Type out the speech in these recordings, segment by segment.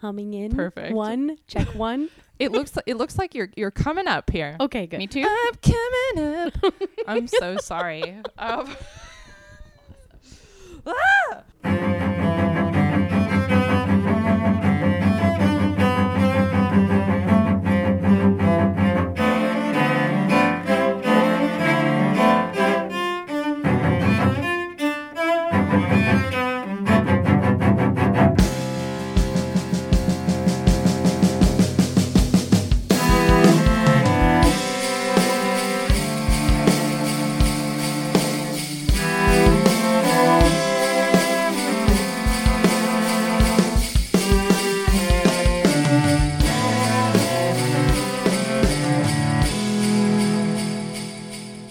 coming in. Perfect. One, check one. It looks it looks like you're you're coming up here. Okay, good. Me too. I'm coming up. I'm so sorry. Um,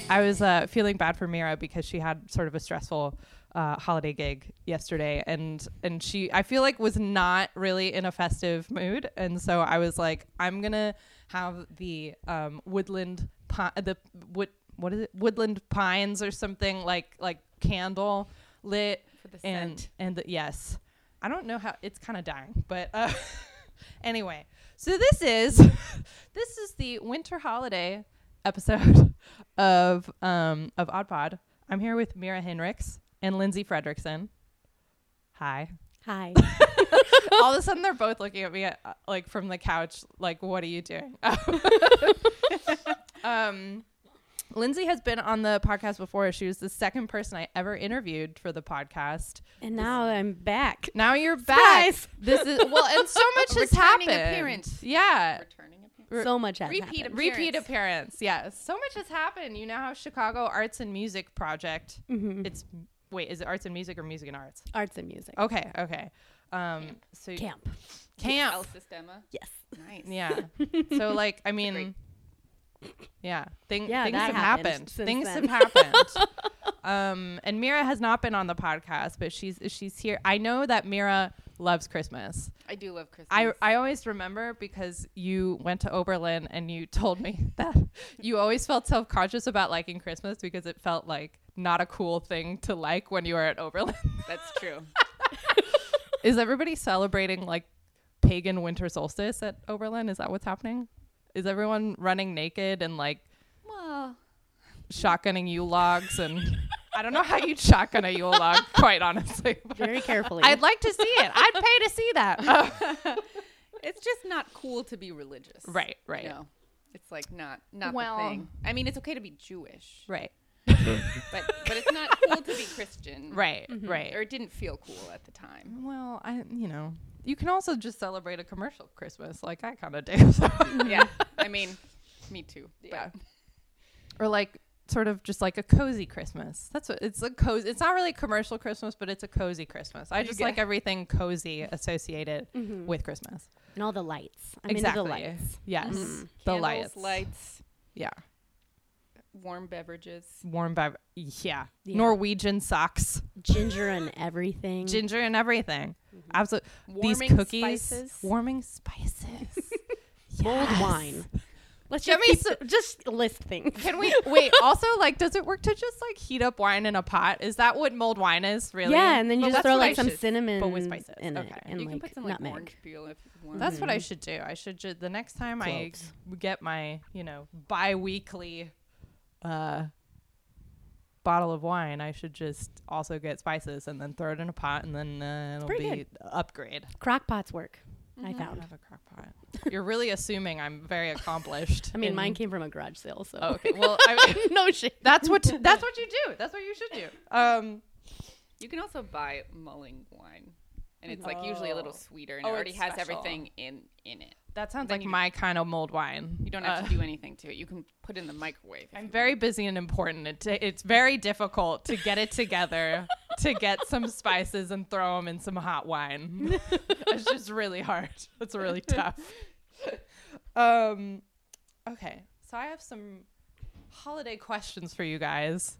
I was uh, feeling bad for Mira because she had sort of a stressful uh, holiday gig yesterday, and and she I feel like was not really in a festive mood, and so I was like, I'm gonna have the um, woodland pi- the wood what is it woodland pines or something like like candle lit For the and scent. and the, yes, I don't know how it's kind of dying, but uh, anyway, so this is this is the winter holiday episode of um of Odd Pod. I'm here with Mira Henricks and Lindsay Fredrickson. Hi. Hi. All of a sudden, they're both looking at me uh, like from the couch, like, "What are you doing?" um, Lindsay has been on the podcast before. She was the second person I ever interviewed for the podcast. And now I'm back. Now you're back. Surprise! This is well, and so much has Returning happened. appearance. Yeah. Returning appearance. Re- So much has Repeat happened. Repeat appearance. Yes. So much has happened. You now have Chicago Arts and Music Project. Mm-hmm. It's wait, is it arts and music or music and arts? Arts and music. Okay, okay. Um so Camp. camp. El Sistema. Yes. Nice. Yeah. so like I mean Yeah. Thing, Yeah, things that have happened happened. since Things then. have happened. um and Mira has not been on the podcast, but she's she's here. I know that Mira loves Christmas. I do love Christmas. I, I always remember because you went to Oberlin and you told me that you always felt self conscious about liking Christmas because it felt like not a cool thing to like when you were at Oberlin. That's true. Is everybody celebrating like pagan winter solstice at Oberlin? Is that what's happening? Is everyone running naked and like well, shotgunning Yule logs? And I don't know how you'd shotgun a Yule log, quite honestly. but Very carefully. I'd like to see it. I'd pay to see that. it's just not cool to be religious. right, right, No. It's like not not Well- the thing. I mean, it's okay to be Jewish, right, but but it's not cool to be Christian. right, right. Or it didn't feel cool at the time. Well, I you know you can also just celebrate a commercial Christmas like I kind of do, so. yeah. I mean, me too. But Yeah. or like sort of just like a cozy Christmas. That's what it's a cozy. It's not really a commercial Christmas, but it's a cozy Christmas. I just get- like everything cozy associated with Christmas. and all the lights. I'm exactly. into Mm-hmm. the lights. Yes, the Candles, lights. lights, Yeah, warm beverages. warm bev. Yeah. Yeah. Mm-hmm. Norwegian socks, Ginger and everything. ginger and everything. Absolutely. These Warming cookies, spices. warming spices. Bold wine. Let's Give just, me keep- some- just list things. Can we wait? Also, like, does it work to just like heat up wine in a pot? Is that what mulled wine is really? Yeah, and then you Well, just that's throw what like I some should- cinnamon but with spices. in Okay. it, and you like can put some like nutmeg. orange peel if you want. that's what I should do. I should ju- the next time Cloves. I get my you know bi-weekly uh, bottle of wine, I should just also get spices and then throw it in a pot, and then uh, it'll pretty be a upgrade. Crock pots work. I I found. have a crock pot. You're really assuming I'm very accomplished. I mean, in- mine came from a garage sale, so Oh, okay. Well, I, no shit. that's what that's what you do. That's what you should do. Um. You can also buy mulling wine, and it's like usually a little sweeter, and Oh, it already it's has special. everything in in it. That sounds Then like you- my kind of mulled wine. Uh, You don't have to do anything to it. You can put it in the microwave. I'm very busy and important. It ta- it's very difficult to get it together, to get some spices and throw them in some hot wine. it's just really hard. It's really tough. Um, okay, so I have some holiday questions for you guys.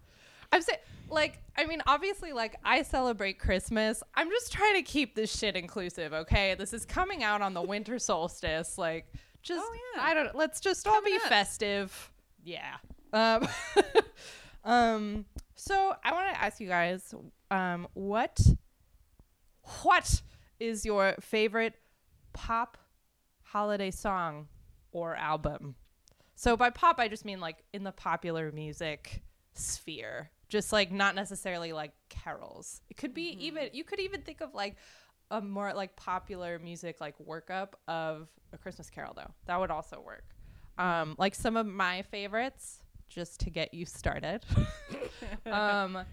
I'm saying, like, I mean, obviously, like, I celebrate Christmas. I'm just trying to keep this shit inclusive, okay? This is coming out on the winter solstice. Like, just, Oh, yeah. I don't, let's just all be Coming up. festive. Yeah. Um, um, so I want to ask you guys, um, what, what is your favorite pop holiday song or album. So by pop, I just mean like in the popular music sphere, just like not necessarily like carols. It could be even, you could even think of like a more like popular music like workup of a Christmas carol, though. That would also work. Um, like some of my favorites, just to get you started. um,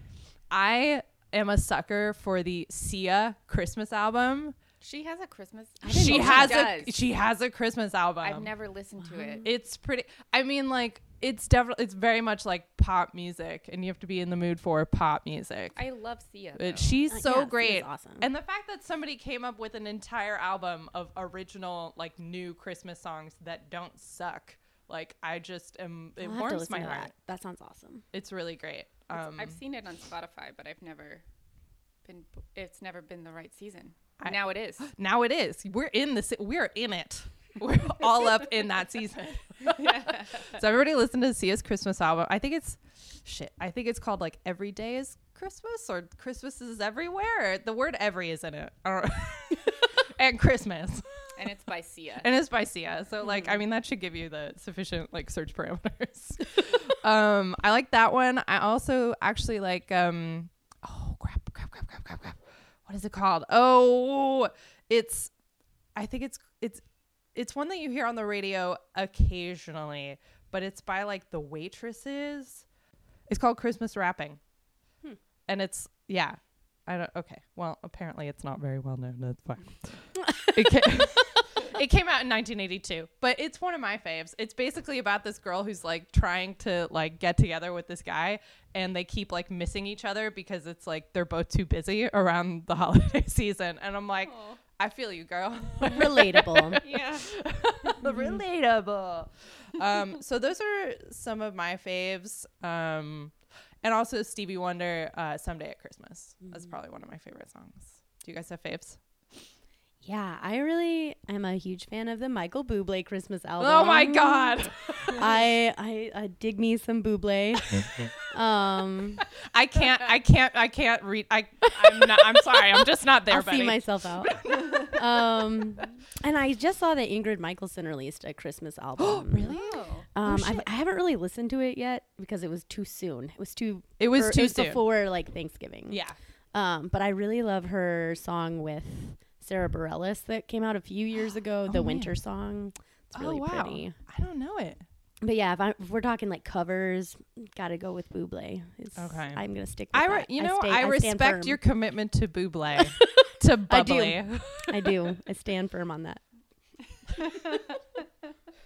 I am a sucker for the Sia Christmas album. She has a Christmas. didn't She know has she a does. Um, she has a Christmas album. I've never listened to it. It's pretty. I mean, like it's definitely it's very much like pop music, and you have to be in the mood for pop music. I love Sia. But though. she's Uh, so yeah, Sia's great, awesome. and the fact that somebody came up with an entire album of original, like new Christmas songs that don't suck. Like I just am. It I'll have to warms listen my to heart. That. that sounds awesome. It's really great. It's- Um, I've seen it on Spotify, but I've never been. It's never been the right season. I- now it is. now it is. We're in this. We're in it. We're all up in that season. so everybody listen to Sia's Christmas album. I think it's shit. I think it's called like Every Day is Christmas or Christmas is Everywhere. The word every is in it. I don't- and Christmas. and it's by Sia. And it's by Sia. So like I mean that should give you the sufficient like search parameters. um I like that one. I also actually like um oh crap crap crap crap crap crap. What is it called? Oh it's I think it's it's it's one that you hear on the radio occasionally, but it's by like the waitresses. It's called Christmas Wrapping. And it's yeah. I don't okay. Well, apparently it's not very well known. That's fine. it, came, it came out in 1982, but it's one of my faves. It's basically about this girl who's like trying to like get together with this guy and they keep like missing each other because it's like they're both too busy around the holiday season. And I'm like, Aw. I feel you, girl. Relatable. Oh, yeah. relatable. Mm-hmm. Um, so those are some of my faves, um, and also Stevie Wonder, uh, "Someday at Christmas." That's Mm. probably one of my favorite songs. Do you guys have faves? yeah, I really am a huge fan of the Michael Bublé Christmas album. Oh my god, I I uh, dig me some Bublé. um, I can't, I can't, I can't read. I, I'm not. I'm sorry, I'm just not there, I'll buddy. see myself out. um, and I just saw that Ingrid Michaelson released a Christmas album. really? Oh. Um, I've, I haven't really listened to it yet because it was too soon. It was too. It was or too soon. before like Thanksgiving. yeah, Um, but I really love her song with Sarah Bareilles that came out a few years ago, the Oh, man. Oh, Winter Song. It's really pretty. I don't know it. But yeah, if, I, if we're talking like covers, gotta go with Buble. It's, Okay. I'm gonna stick. With I, re- that. you know, stay- I, stand respect firm. your commitment to Buble, to I do. bubbly. I do. I stand firm on that.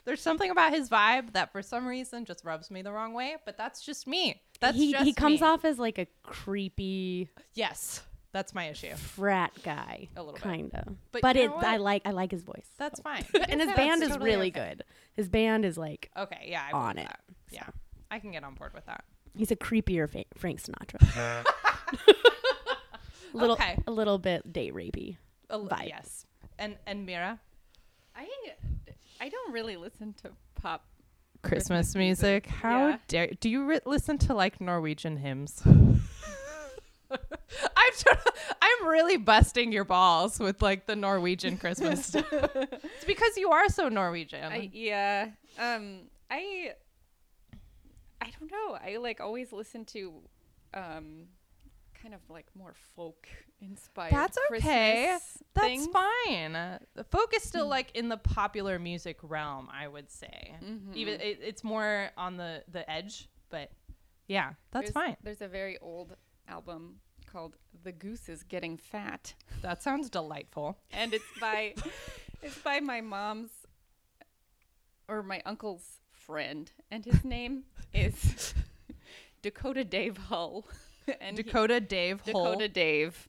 There's something about his vibe that for some reason just rubs me the wrong way, but that's just me. That's he just he comes me. off as like a creepy Yes, that's my issue. frat guy, A little bit. kind of. But But, you it, know what? I like I like his voice, That's fine. and his That's band is totally really okay. good. His band is like Okay, yeah, I On believe it, That. Yeah, I can get on board with that. he's a creepier fa- Frank Sinatra. little Okay. a little bit date rapey. A li- Vibe. Yes, and and Mira, I I don't really listen to pop. Christmas music. How Yeah. dare do you re- listen to like Norwegian hymns? I'm tot- I'm really busting your balls with like the Norwegian Christmas stuff. It's because you are so Norwegian. I, yeah. Um. I. I don't know. I like always listen to, um, kind of like more folk inspired. That's okay. Christmas That's things. Mm. fine. The folk is still like in the popular music realm, I would say. Mm-hmm. Even it, it's more on the the edge, but yeah, that's There's- fine. There's a very old album called "The Goose Is Getting Fat." That sounds delightful. and it's by it's by my mom's or my uncle's friend and his name is Dakota Dave Hull and he- Dakota Dave Hole. Dakota Dave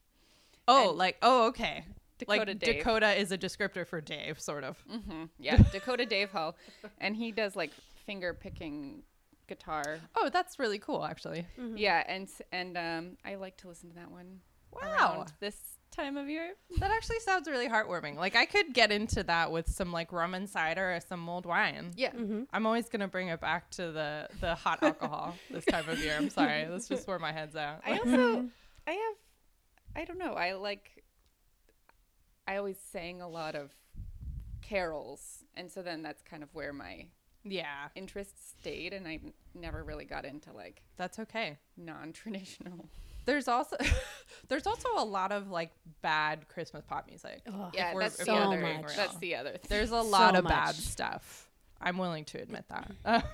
oh, and- like oh, okay. Dakota like Dave. Dakota is a descriptor for Dave, sort of. hmm yeah Dakota Dave Hull and he does like finger picking guitar Oh, that's really cool, actually. yeah and s- and um I like to listen to that one Wow. around this time of year That actually sounds really heartwarming. Like I could get into that with some like rum and cider or some mulled wine. yeah I'm always gonna bring it back to the the hot alcohol this time of year. I'm sorry, that's just where my head's at. I also I have I don't know. I like I always sang a lot of carols, and so then that's kind of where my Yeah, interest stayed, and I n- never really got into like that's okay. non-traditional. There's also there's also a lot of like bad Christmas pop music. Ugh. Yeah, we're- that's if the we're other. being That's real. the other. Thing. There's a lot of much. bad stuff. I'm willing to admit that.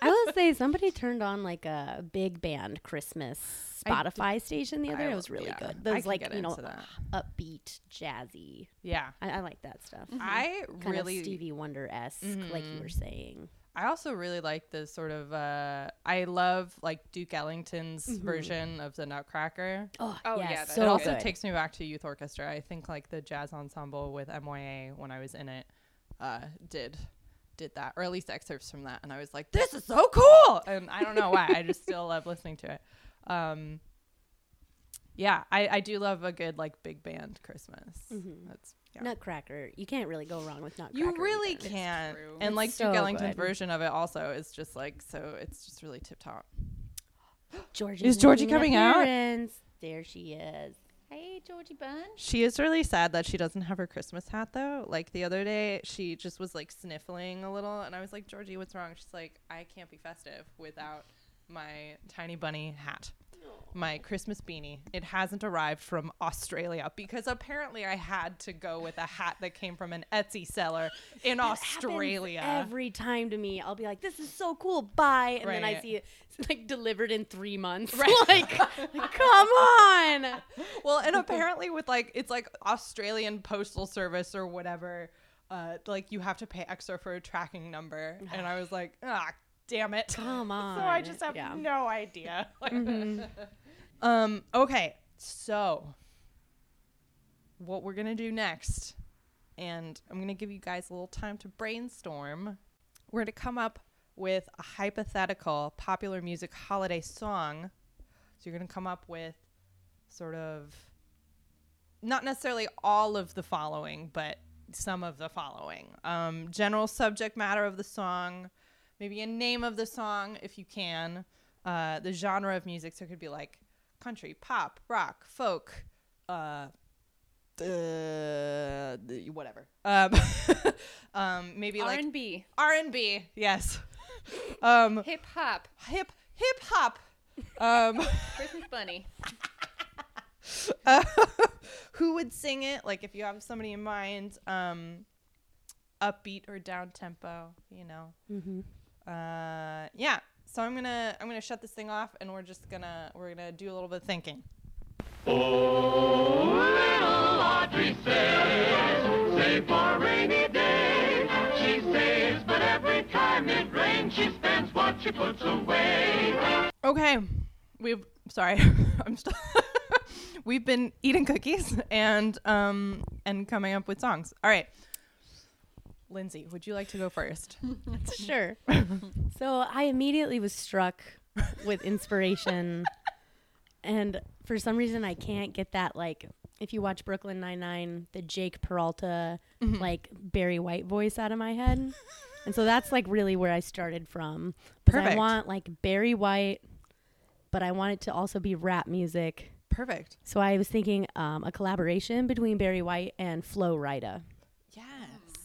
I will say somebody turned on like a big band Christmas I d- Spotify station the other. I day. it will- was really yeah, good. I Those can like get you know into that. upbeat, jazzy. yeah. I, I like that stuff. I Kind Mm-hmm. really Mm-hmm. of Stevie Wonder esque, like you were saying. I also really like the sort of uh I love like Duke Ellington's Mm-hmm. version of the Nutcracker. Oh, Oh, yeah, yeah, that's so it also good. takes me back to youth orchestra. I think like the jazz ensemble with MYA when I was in it uh did did that or at least excerpts from that and I was like this is so cool and I don't know why I just still love listening to it. Um yeah, I, I do love a good like big band Christmas. Mm-hmm. That's yeah. Nutcracker. You can't really go wrong with Nutcracker. You really either. can't. true. And like so Duke Ellington's good. version of it also is just like so it's just really tip top. Georgie's Is Georgie making an coming out? appearance. There she is. Hey, Georgie Bunch. She is really sad that she doesn't have her Christmas hat though. Like the other day she just was like sniffling a little and I was like, Georgie, what's wrong? She's like, I can't be festive without my tiny bunny hat. My Christmas beanie. It hasn't arrived from Australia because apparently I had to go with a hat that came from an Etsy seller in happens Australia. Every time to me, I'll be like, "This is so cool, bye," and then I Right. see it like delivered in three months. like, like, come on. Well, and apparently with like it's like Australian postal service or whatever, uh, like you have to pay extra for a tracking number, and I was like, ah, damn it. Come on. So I just have Yeah. Mm-hmm. no idea. um. Okay. So, what we're gonna do next, and I'm gonna give you guys a little time to brainstorm. We're gonna come up with a hypothetical popular music holiday song. So you're gonna come up with sort of not necessarily all of the following, but some of the following. Um, general subject matter of the song, maybe a name of the song if you can, uh, the genre of music. So it could be like country, pop, rock, folk, uh, uh, whatever. Um, um, maybe R like and B, R and B. Yes. um, hip hop, hip hip hop. Um, Christmas bunny. uh, who would sing it? Like if you have somebody in mind, um, upbeat or down tempo. You know. Uh, yeah. So I'm gonna I'm gonna shut this thing off, and we're just gonna we're gonna do a little bit of thinking. little Audrey says, save for a rainy day. She saves, but every time it rains, she spends what she puts away. Okay, we've sorry, I'm still. we've been eating cookies and um and coming up with songs. All right, Lindsay, would you like to go first? sure. so I immediately was struck with inspiration, and for some reason I can't get that like. If you watch Brooklyn Nine Nine, the Jake Peralta like Barry White voice out of my head, and so that's like really where I started from. 'Cause I Perfect. want like Barry White, but I want it to also be rap music. Perfect. So I was thinking um, a collaboration between Barry White and Flo Rida. Yes,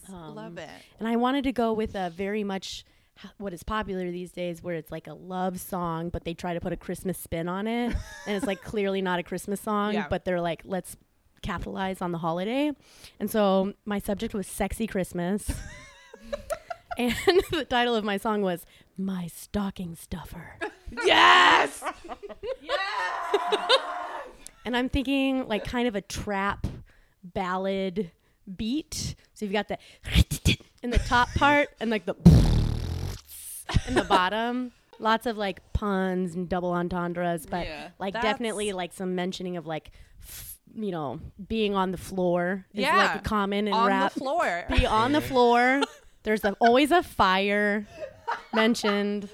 love it. And I wanted to go with a very much h- what is popular these days, where it's like a love song, but they try to put a Christmas spin on it. and it's like clearly not a Christmas song, Yeah. but they're like, let's capitalize on the holiday. And so my subject was Sexy Christmas. and the title of my song was My Stocking Stuffer. Yes. And I'm thinking like kind of a trap ballad beat. So you've got the in the top part and like the in the bottom. Lots of like puns and double entendres, but Yeah. like That's- definitely like some mentioning of like f- you know being on the floor is Yeah. like common in On rap. the floor. Be on the floor. There's a, always a fire mentioned.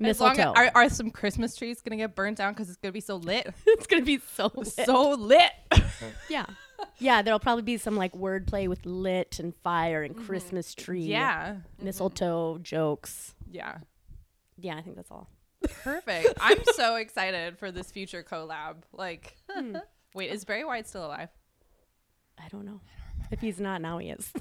As long Mistletoe. as, are, are some Christmas trees gonna get burnt down because it's gonna be so lit, it's gonna be so lit. so lit. Yeah. Yeah, there'll probably be some like wordplay with lit and fire and Christmas tree. Mm-hmm. yeah, Mm-hmm. Mistletoe jokes. yeah. Yeah, I think that's all. Perfect. I'm so excited for this future collab. Like, Hmm. wait, is Barry White still alive? I don't know. If he's not, now he is.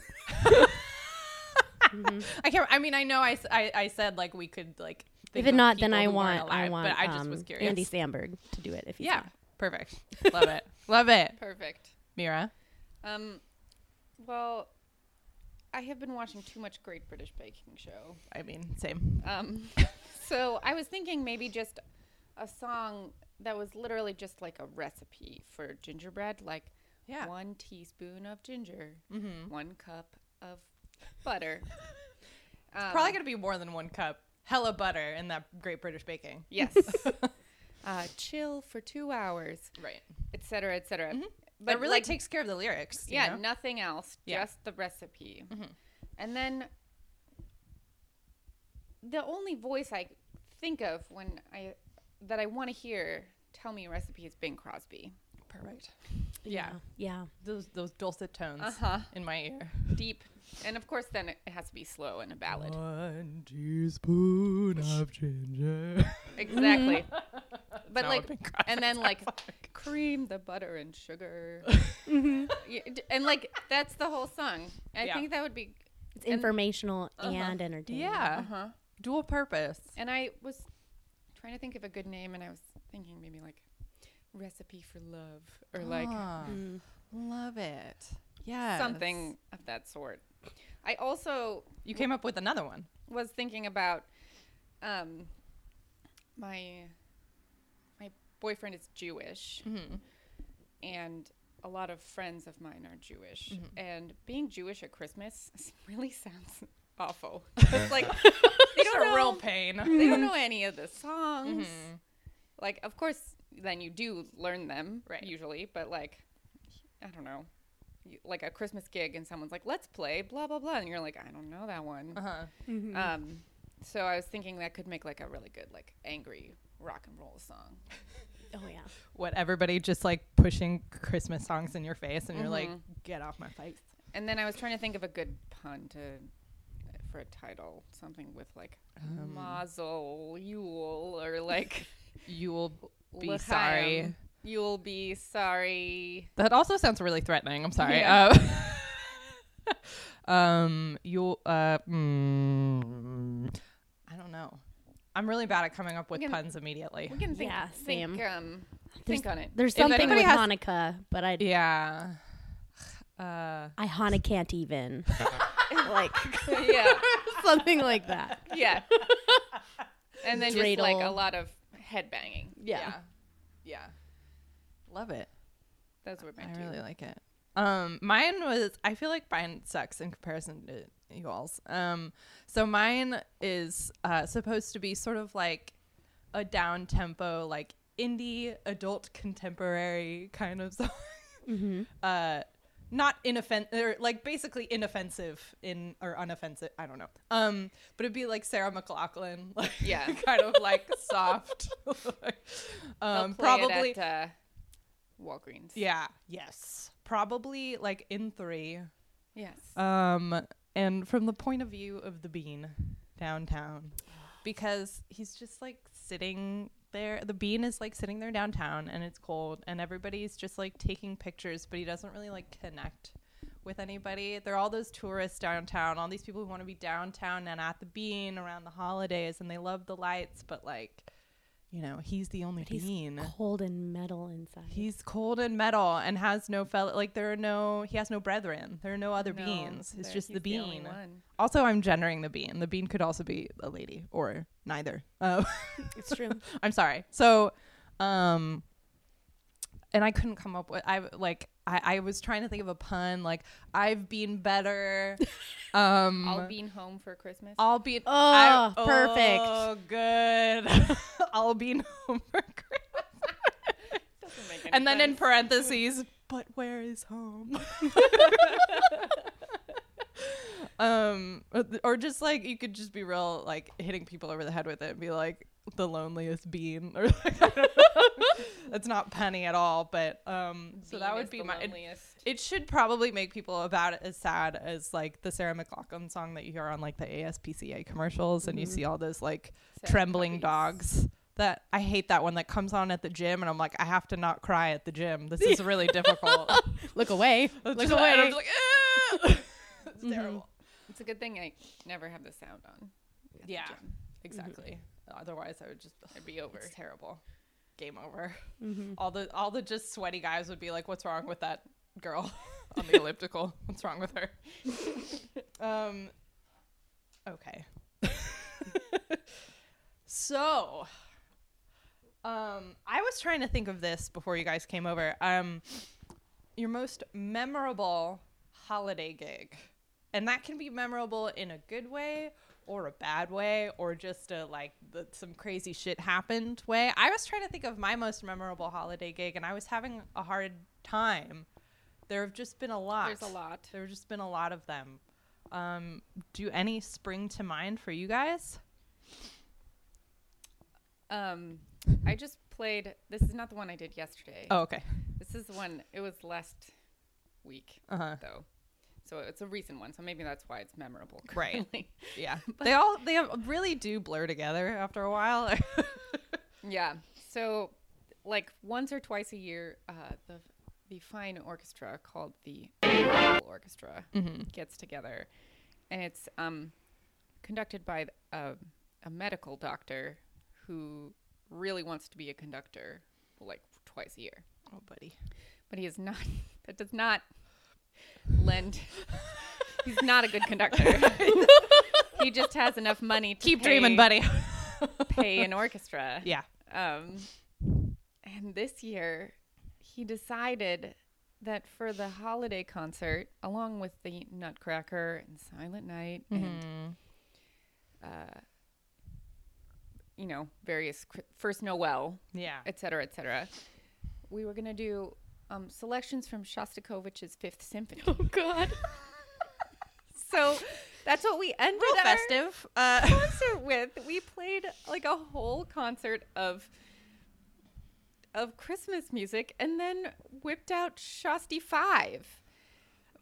I can't. I mean, I know I, s- I- I said like we could like. think if it of not, then people I who weren't want I alive, want But I just um, was curious. Andy Samberg to do it if he's yeah, not. perfect. Love it. Love it, Perfect. Mira. Um, well, I have been watching too much Great British Baking Show. I mean, same. Um, so I was thinking maybe just a song that was literally just like a recipe for gingerbread, like Yeah. Mm-hmm. one teaspoon of ginger, one cup of butter. Um, Probably gonna be more than one cup. Hella butter in that Great British Baking. yes. uh, chill for two hours, Right. etc., etc. But it Mm-hmm. really like, takes care of the lyrics. you yeah, know? nothing else, Yeah. Mm-hmm. just the recipe. And then the only voice I think of when I that I want to hear tell me a recipe is Bing Crosby. Perfect. Yeah. Yeah. Those those dulcet tones Uh-huh. in my ear. Deep. And of course then it has to be slow and a ballad. One teaspoon of ginger. Exactly. but Not like what Bing Crosby and then sounds like like. Mm-hmm. cream the butter and sugar. Yeah, d- and like that's the whole song. I Yeah. think that would be It's informational and entertaining. Uh-huh. Yeah. uh-huh. Dual purpose. And I was trying to think of a good name, and I was thinking maybe like recipe for love or like Ah, Love it. Yeah. Uh-huh. something of that sort. I also You came up with another one. was thinking about um, my my boyfriend is Jewish, and a lot of friends of mine are Jewish, and being Jewish at Christmas really sounds awful. it's like they It's don't know. a real pain. they don't know any of the songs. Like, of course, then you do learn them Mm-hmm. Right. usually, but like, I don't know, You- like a Christmas gig and someone's like, "Let's play blah blah blah," and you're like, "I don't know that one." Uh-huh. Uh, Um, so I was thinking that could make like a really good like angry rock and roll song. Oh yeah. What everybody just like pushing Christmas songs in your face, and you're like, Mm-hmm. get off my face. And then I was trying to think of a good pun to uh, for a title, something with like Um. Mazel Yule or like You will be L'chaim. sorry. You'll be sorry. That also sounds really threatening. I'm sorry. Uh, um, you'll. Uh, mm, I don't know. I'm really bad at coming up with can- puns immediately. We can think, Yeah, think, same. um, think on it. There's If something anybody with has- Monica, but I Yeah. Uh, I Hana can't even. like yeah, something like that. yeah. And then just like a Dreidel. lot of head banging. Yeah. yeah. Yeah. Love it. That's what my I two. really like it. Um, mine was. I feel like mine sucks in comparison to you all's. Um, so mine is uh, supposed to be sort of like a down tempo, like indie adult contemporary kind of song. Mm-hmm. Uh, not inoffensive, or like basically inoffensive in or unoffensive. I don't know. Um, but it'd be like Sarah McLaughlin, like Yeah. kind of like soft. They'll um, play it probably at, uh, Walgreens. yeah. Yes. Probably like in three. Yes. Um, and from the point of view of the bean downtown, because he's just like sitting there. The bean is like sitting there downtown, and it's cold, and everybody's just like taking pictures, but he doesn't really like connect with anybody. There are all those tourists downtown, all these people who want to be downtown and at the bean around the holidays, and they love the lights, but like, you know, he's the only He's bean. cold and metal inside. He's cold and metal and has no fellow. Like there are no. He has no brethren. There are no other No, beans. It's there- just the he's the only bean. one. also, I'm gendering the bean. The bean could also be a lady or neither. Oh, it's true. I'm sorry. So, um, and I couldn't come up with. I like. I, I was trying to think of a pun. Like I've been better. Um, All bean home for Christmas. I'll be Oh, I- perfect. Oh, good. I'll be home for Christmas. Doesn't make any And then in sense. parentheses, but where is home? um, or th- or just like you could just be real, like hitting people over the head with it and be like the loneliest bean, or like, I don't know. that's not penny at all. But um, so that Bean would is be the my. It, loneliest. it should probably make people about as sad as like the Sarah McLaughlin song that you hear on like the ASPCA commercials, and you Mm-hmm. see all those like Sad trembling puppies. dogs. That I hate that one that comes on at the gym, and I'm like, I have to not cry at the gym. This is really difficult. Look away. It's Look just- and I'm away. just like, "Ah!" it's terrible. It's a good thing I never have the sound on. at the Yeah. gym. Exactly. Otherwise, I would just It'd be over. It's terrible. Game over. Mm-hmm. All the all the just sweaty guys would be like, "What's wrong with that girl on the elliptical? What's wrong with her?" um. Okay. so, um, I was trying to think of this before you guys came over. Um, your most memorable holiday gig, and that can be memorable in a good way or a bad way or just a like the, some crazy shit happened way. I was trying to think of my most memorable holiday gig, and I was having a hard time. There have just been a lot. There's a lot. There have just been a lot of them. Um, do any spring to mind for you guys? Um, I just played. This is not the one I did yesterday. Oh, okay. This is the one. It was last week Uh huh. though, so it's a recent one. So maybe that's why it's memorable. Right. currently. Yeah. they all they really do blur together after a while. yeah. So, like once or twice a year, uh, the the fine orchestra called the Orchestra gets together, and it's um, conducted by a, a medical doctor who really wants to be a conductor, like twice a year. oh, buddy. but he is not. That does not lend. He's not a good conductor. he just has enough money to Keep pay, dreaming, buddy. Pay an orchestra. yeah. Um, and this year, he decided that for the holiday concert, along with the Nutcracker and Silent Night and Mm-hmm. uh, you know various cri- First Noel, Yeah. et cetera, et cetera, we were gonna do um, selections from Shostakovich's Fifth Symphony. Oh God. So that's what we ended Real our festive. Uh, concert with. We played like a whole concert of of Christmas music and then whipped out Shasti 5.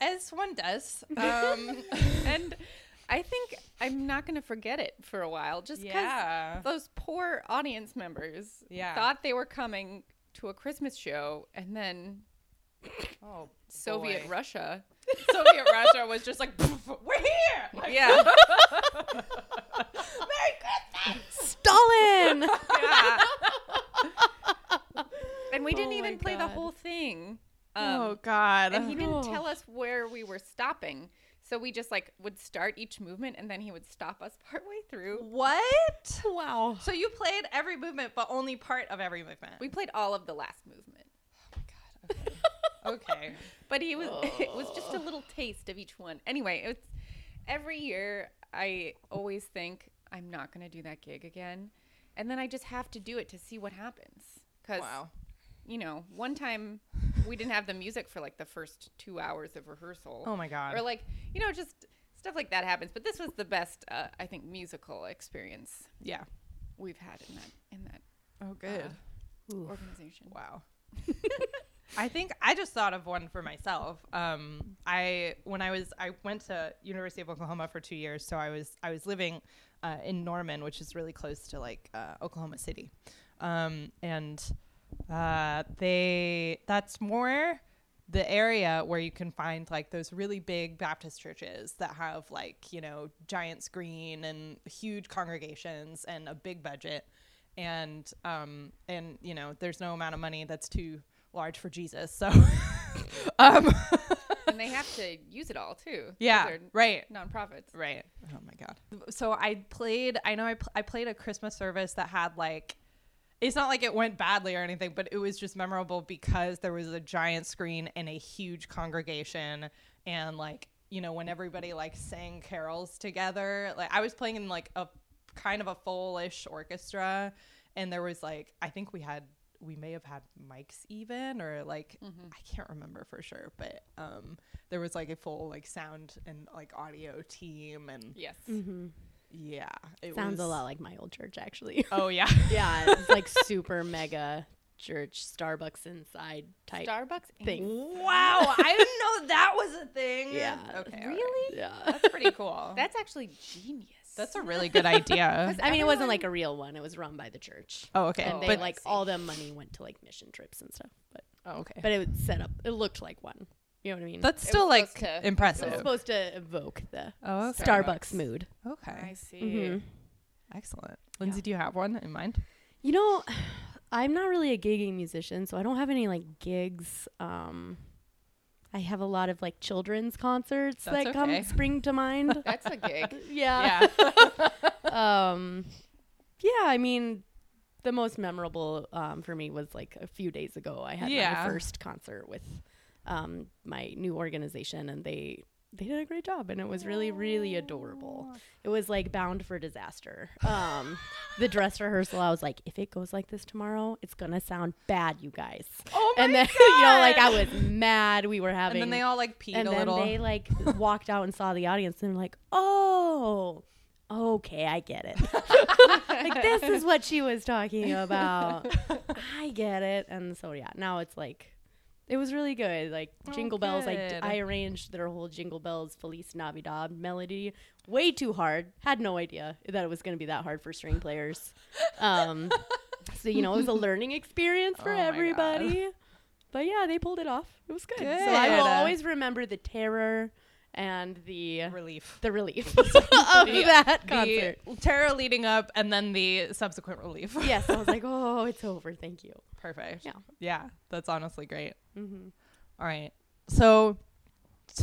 as one does. Um, And I think I'm not going to forget it for a while just cuz Yeah. those poor audience members Yeah. thought they were coming to a Christmas show and then oh, Soviet boy. Russia. Soviet Russia was just like, "Poof, we're here. Like, Yeah. Stalin. Yeah. and we didn't Oh even my play the God. whole thing. Um, oh God. and he didn't Oh. tell us where we were stopping. So we just like would start each movement and then he would stop us partway through. what? wow. So you played every movement, but only part of every movement. We played all of the last movement. Oh okay. Oh. But he was it was just a little taste of each one. Anyway, it's every year I always think I'm not going to do that gig again. And then I just have to do it to see what happens cuz Wow. you know, one time we didn't have the music for like the first 2 hours of rehearsal. Oh my God. or like you know just stuff like that happens but this was the best uh, i think musical experience yeah. we've had in that in that Oh, good. organization Wow. I think I just thought of one for myself. Um, I when I was I went to University of Oklahoma for two years, so I was I was living uh, in Norman, which is really close to like uh, Oklahoma City, um, and uh, they that's more the area where you can find like those really big Baptist churches that have like you know giant screen and huge congregations and a big budget and um and you know there's no amount of money that's too large for Jesus so um and they have to use it all too 'cause yeah they're right nonprofits Right. Oh my god. So I played. I know I, pl- I played a Christmas service that had like. It's not like it went badly or anything, but it was just memorable because there was a giant screen and a huge congregation, and like you know when everybody like sang carols together. Like I was playing in like a kind of a full-ish orchestra, and there was like I think we had we may have had mics even or like Mm-hmm. I can't remember for sure, but um there was like a full like sound and like audio team and yes yeah, it Sounds was, a lot like my old church, actually. Oh yeah, yeah, it's like super mega church, Starbucks inside type starbucks Inc. thing. wow! I didn't know that was a thing. Yeah. okay, all right. Really? Yeah. That's pretty cool. that's that's actually genius that's a really good idea. I mean, it wasn't like a real one. It was run by the church. oh okay, and they but like all the money went to like mission trips and stuff. But oh, okay, but it was set up. It looked like one. You know what I mean? That's still was like supposed to- it's impressive. supposed to evoke the Oh, okay. Starbucks, Starbucks. mood. Okay. I see. Mm-hmm. Mhm. Excellent. Lindsay, do you have one in mind? You know, I'm not really a gigging musician, so I don't have any like gigs. Um, I have a lot of like children's concerts That's that come okay. spring to mind. That's a gig. yeah. Yeah. Um, yeah. I mean, the most memorable um, for me was like a few days ago. I had Yeah. my first concert with um, my new organization, and they they did a great job, and it was really really adorable. It was like bound for disaster. Um, the dress rehearsal, I was like, if it goes like this tomorrow, it's gonna sound bad, you guys. Oh my and then you know, like I was mad. We were having And then they all like peed and a then little. they like walked out and saw the audience and were like, oh, okay, I get it. like this is what she was talking about. I get it. And so yeah, now it's like. It was really good. Like Jingle Bells, I, d- Oh, good. I arranged their whole Jingle Bells Feliz Navidad melody way too hard. Had no idea that it was going to be that hard for string players. Um, so, you know, it was a learning experience for Oh my God. everybody. But yeah, they pulled it off. It was good. So Good. I will always remember the terror and the relief. the relief of that concert. The terror leading up and then the subsequent relief. yes, I was like, oh, it's over. Thank you. Perfect. Yeah. Yeah. That's honestly great. hmm All right. So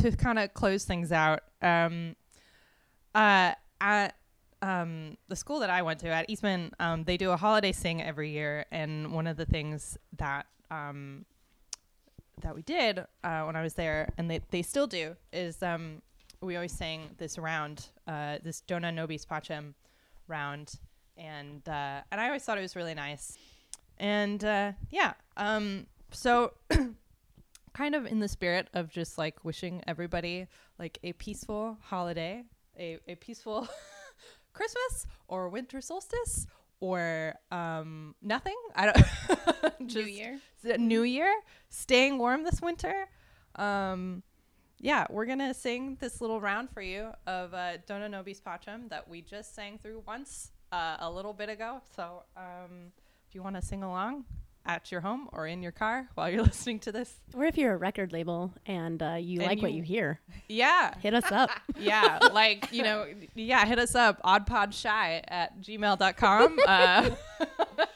to kind of close things out, um, uh, at um, the school that I went to at Eastman, um, they do a holiday sing every year, and one of the things that um, that we did uh, when I was there, and they, they still do, is um, we always sang this round, uh, this Dona Nobis Pacem round, and uh, and I always thought it was really nice, and uh, yeah, um, so kind of in the spirit of just like wishing everybody like a peaceful holiday, a, a peaceful Christmas or winter solstice or um, nothing. I don't New just Year. s- New Year, staying warm this winter. Um, yeah, we're gonna sing this little round for you of uh, Dona Nobis Pacem that we just sang through once uh, a little bit ago. So um, if you want to sing along at your home or in your car while you're listening to this, Or if you're a record label and uh, you And like what you- you hear, yeah, hit us up. yeah like you know yeah hit us up oddpodshy at gmail.com uh you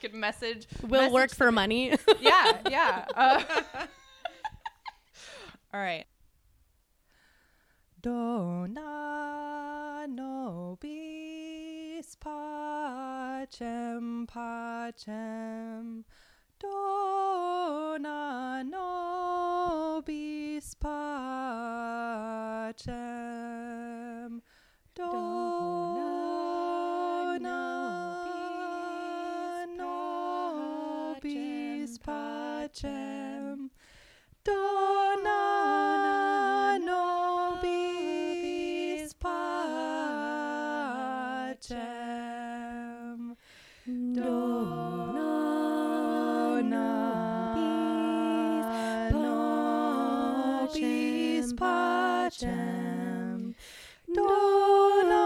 can message We'll message- work for money. yeah yeah uh, all right Dona nobis pacem pacem Dona nobis pacem Dona nobis pacem Dona nobis pacem. Dona nobis pacem. Dona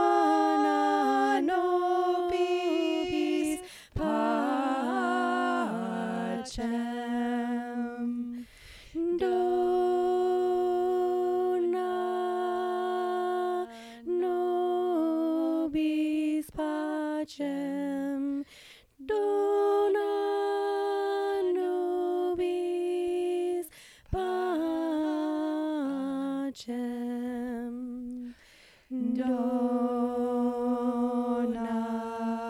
nobis pacem. Dona nobis pacem. Dona nobis pacem.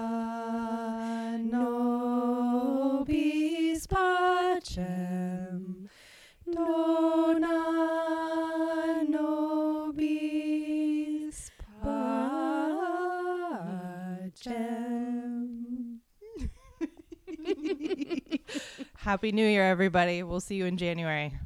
Dona nobis pacem. Dona nobis pacem. Happy New Year, everybody. We'll see you in January.